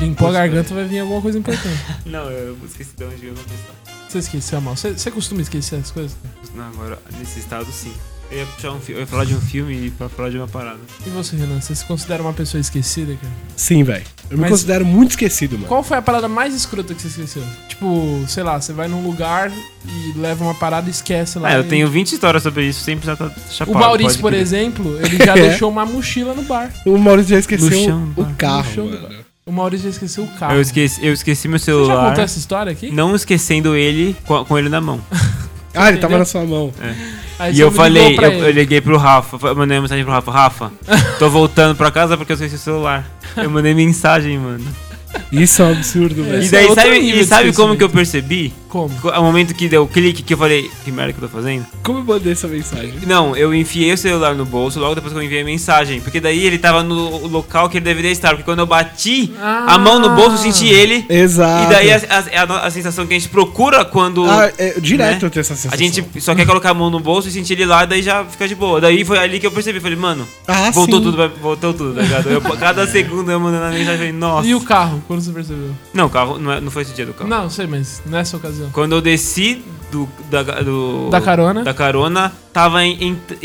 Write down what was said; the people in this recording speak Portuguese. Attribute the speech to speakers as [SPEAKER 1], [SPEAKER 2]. [SPEAKER 1] limpou a garganta, vai vir alguma coisa importante.
[SPEAKER 2] Não, eu esqueci de onde eu vou pensar.
[SPEAKER 1] Você esqueceu, mal. Você, você costuma esquecer as coisas?
[SPEAKER 2] Não, agora, nesse estado, sim. Eu ia, puxar um fi- eu ia falar de um filme e pra falar de uma parada.
[SPEAKER 1] E você, Renan? Você se considera uma pessoa esquecida, cara?
[SPEAKER 3] Sim, velho. Eu me
[SPEAKER 1] Mas-
[SPEAKER 3] considero muito esquecido, mano.
[SPEAKER 1] Qual foi a parada mais escrota que você esqueceu? Tipo, sei lá, você vai num lugar e leva uma parada e esquece lá.
[SPEAKER 2] Ah, eu
[SPEAKER 1] e-
[SPEAKER 2] tenho 20 histórias sobre isso, sempre já tá chapado.
[SPEAKER 1] O Maurício,
[SPEAKER 2] pode
[SPEAKER 1] por
[SPEAKER 2] crer.
[SPEAKER 1] exemplo, ele já
[SPEAKER 3] É.
[SPEAKER 1] deixou uma mochila no bar.
[SPEAKER 3] O Maurício já esqueceu
[SPEAKER 2] No chão,
[SPEAKER 3] o
[SPEAKER 2] cara.
[SPEAKER 3] carro,
[SPEAKER 1] No chão, tá.
[SPEAKER 3] mano.
[SPEAKER 1] O Maurício já esqueceu o carro.
[SPEAKER 2] Eu esqueci, eu esqueci meu
[SPEAKER 1] Você já
[SPEAKER 2] celular,
[SPEAKER 1] contou essa história aqui?
[SPEAKER 2] não esquecendo ele com, com ele na mão.
[SPEAKER 3] Ah, ele tava
[SPEAKER 1] Entendeu?
[SPEAKER 3] na sua mão.
[SPEAKER 1] Aí
[SPEAKER 2] E
[SPEAKER 1] você
[SPEAKER 2] eu
[SPEAKER 1] ligou
[SPEAKER 2] falei,
[SPEAKER 1] pra
[SPEAKER 2] eu,
[SPEAKER 1] ele.
[SPEAKER 2] eu liguei pro Rafa, fa- mandei uma mensagem pro Rafa, Rafa, tô voltando pra casa porque eu esqueci o celular. Eu mandei mensagem, mano.
[SPEAKER 3] Isso é um absurdo, velho.
[SPEAKER 2] E
[SPEAKER 1] Esse
[SPEAKER 2] daí,
[SPEAKER 1] é outro
[SPEAKER 2] sabe,
[SPEAKER 1] nível
[SPEAKER 2] e
[SPEAKER 1] de
[SPEAKER 2] sabe como
[SPEAKER 1] esquecimento.
[SPEAKER 2] que eu percebi?
[SPEAKER 1] Como?
[SPEAKER 2] Co- Ao momento que deu o clique, que eu falei, que merda que eu tô fazendo?
[SPEAKER 3] Como eu mandei essa mensagem?
[SPEAKER 2] Não, eu enfiei o celular no bolso logo depois que eu enviei a mensagem. Porque daí ele tava no local que ele deveria estar. Porque quando eu bati
[SPEAKER 1] Ah.
[SPEAKER 2] a mão no bolso, eu senti ele.
[SPEAKER 3] Exato.
[SPEAKER 2] E daí a, a- a no- a sensação que a gente procura quando.
[SPEAKER 3] Ah, é, direto
[SPEAKER 2] né?
[SPEAKER 3] eu tenho essa sensação.
[SPEAKER 2] A gente só quer colocar a mão no bolso e sentir ele lá, daí já fica de boa. Daí foi ali que eu percebi, falei, mano,
[SPEAKER 3] Ah,
[SPEAKER 2] voltou
[SPEAKER 3] sim.
[SPEAKER 2] tudo, pra- voltou tudo, tá ligado? Eu, cada segunda eu mandando a mensagem, falei, nossa.
[SPEAKER 1] É. Ah. E o carro, quando você percebeu?
[SPEAKER 2] Não, o carro não, é- não foi esse dia do carro.
[SPEAKER 1] Não, sei, mas nessa ocasião.
[SPEAKER 2] Quando eu desci do, da, do-
[SPEAKER 1] Da carona?
[SPEAKER 2] da carona, tava em, em-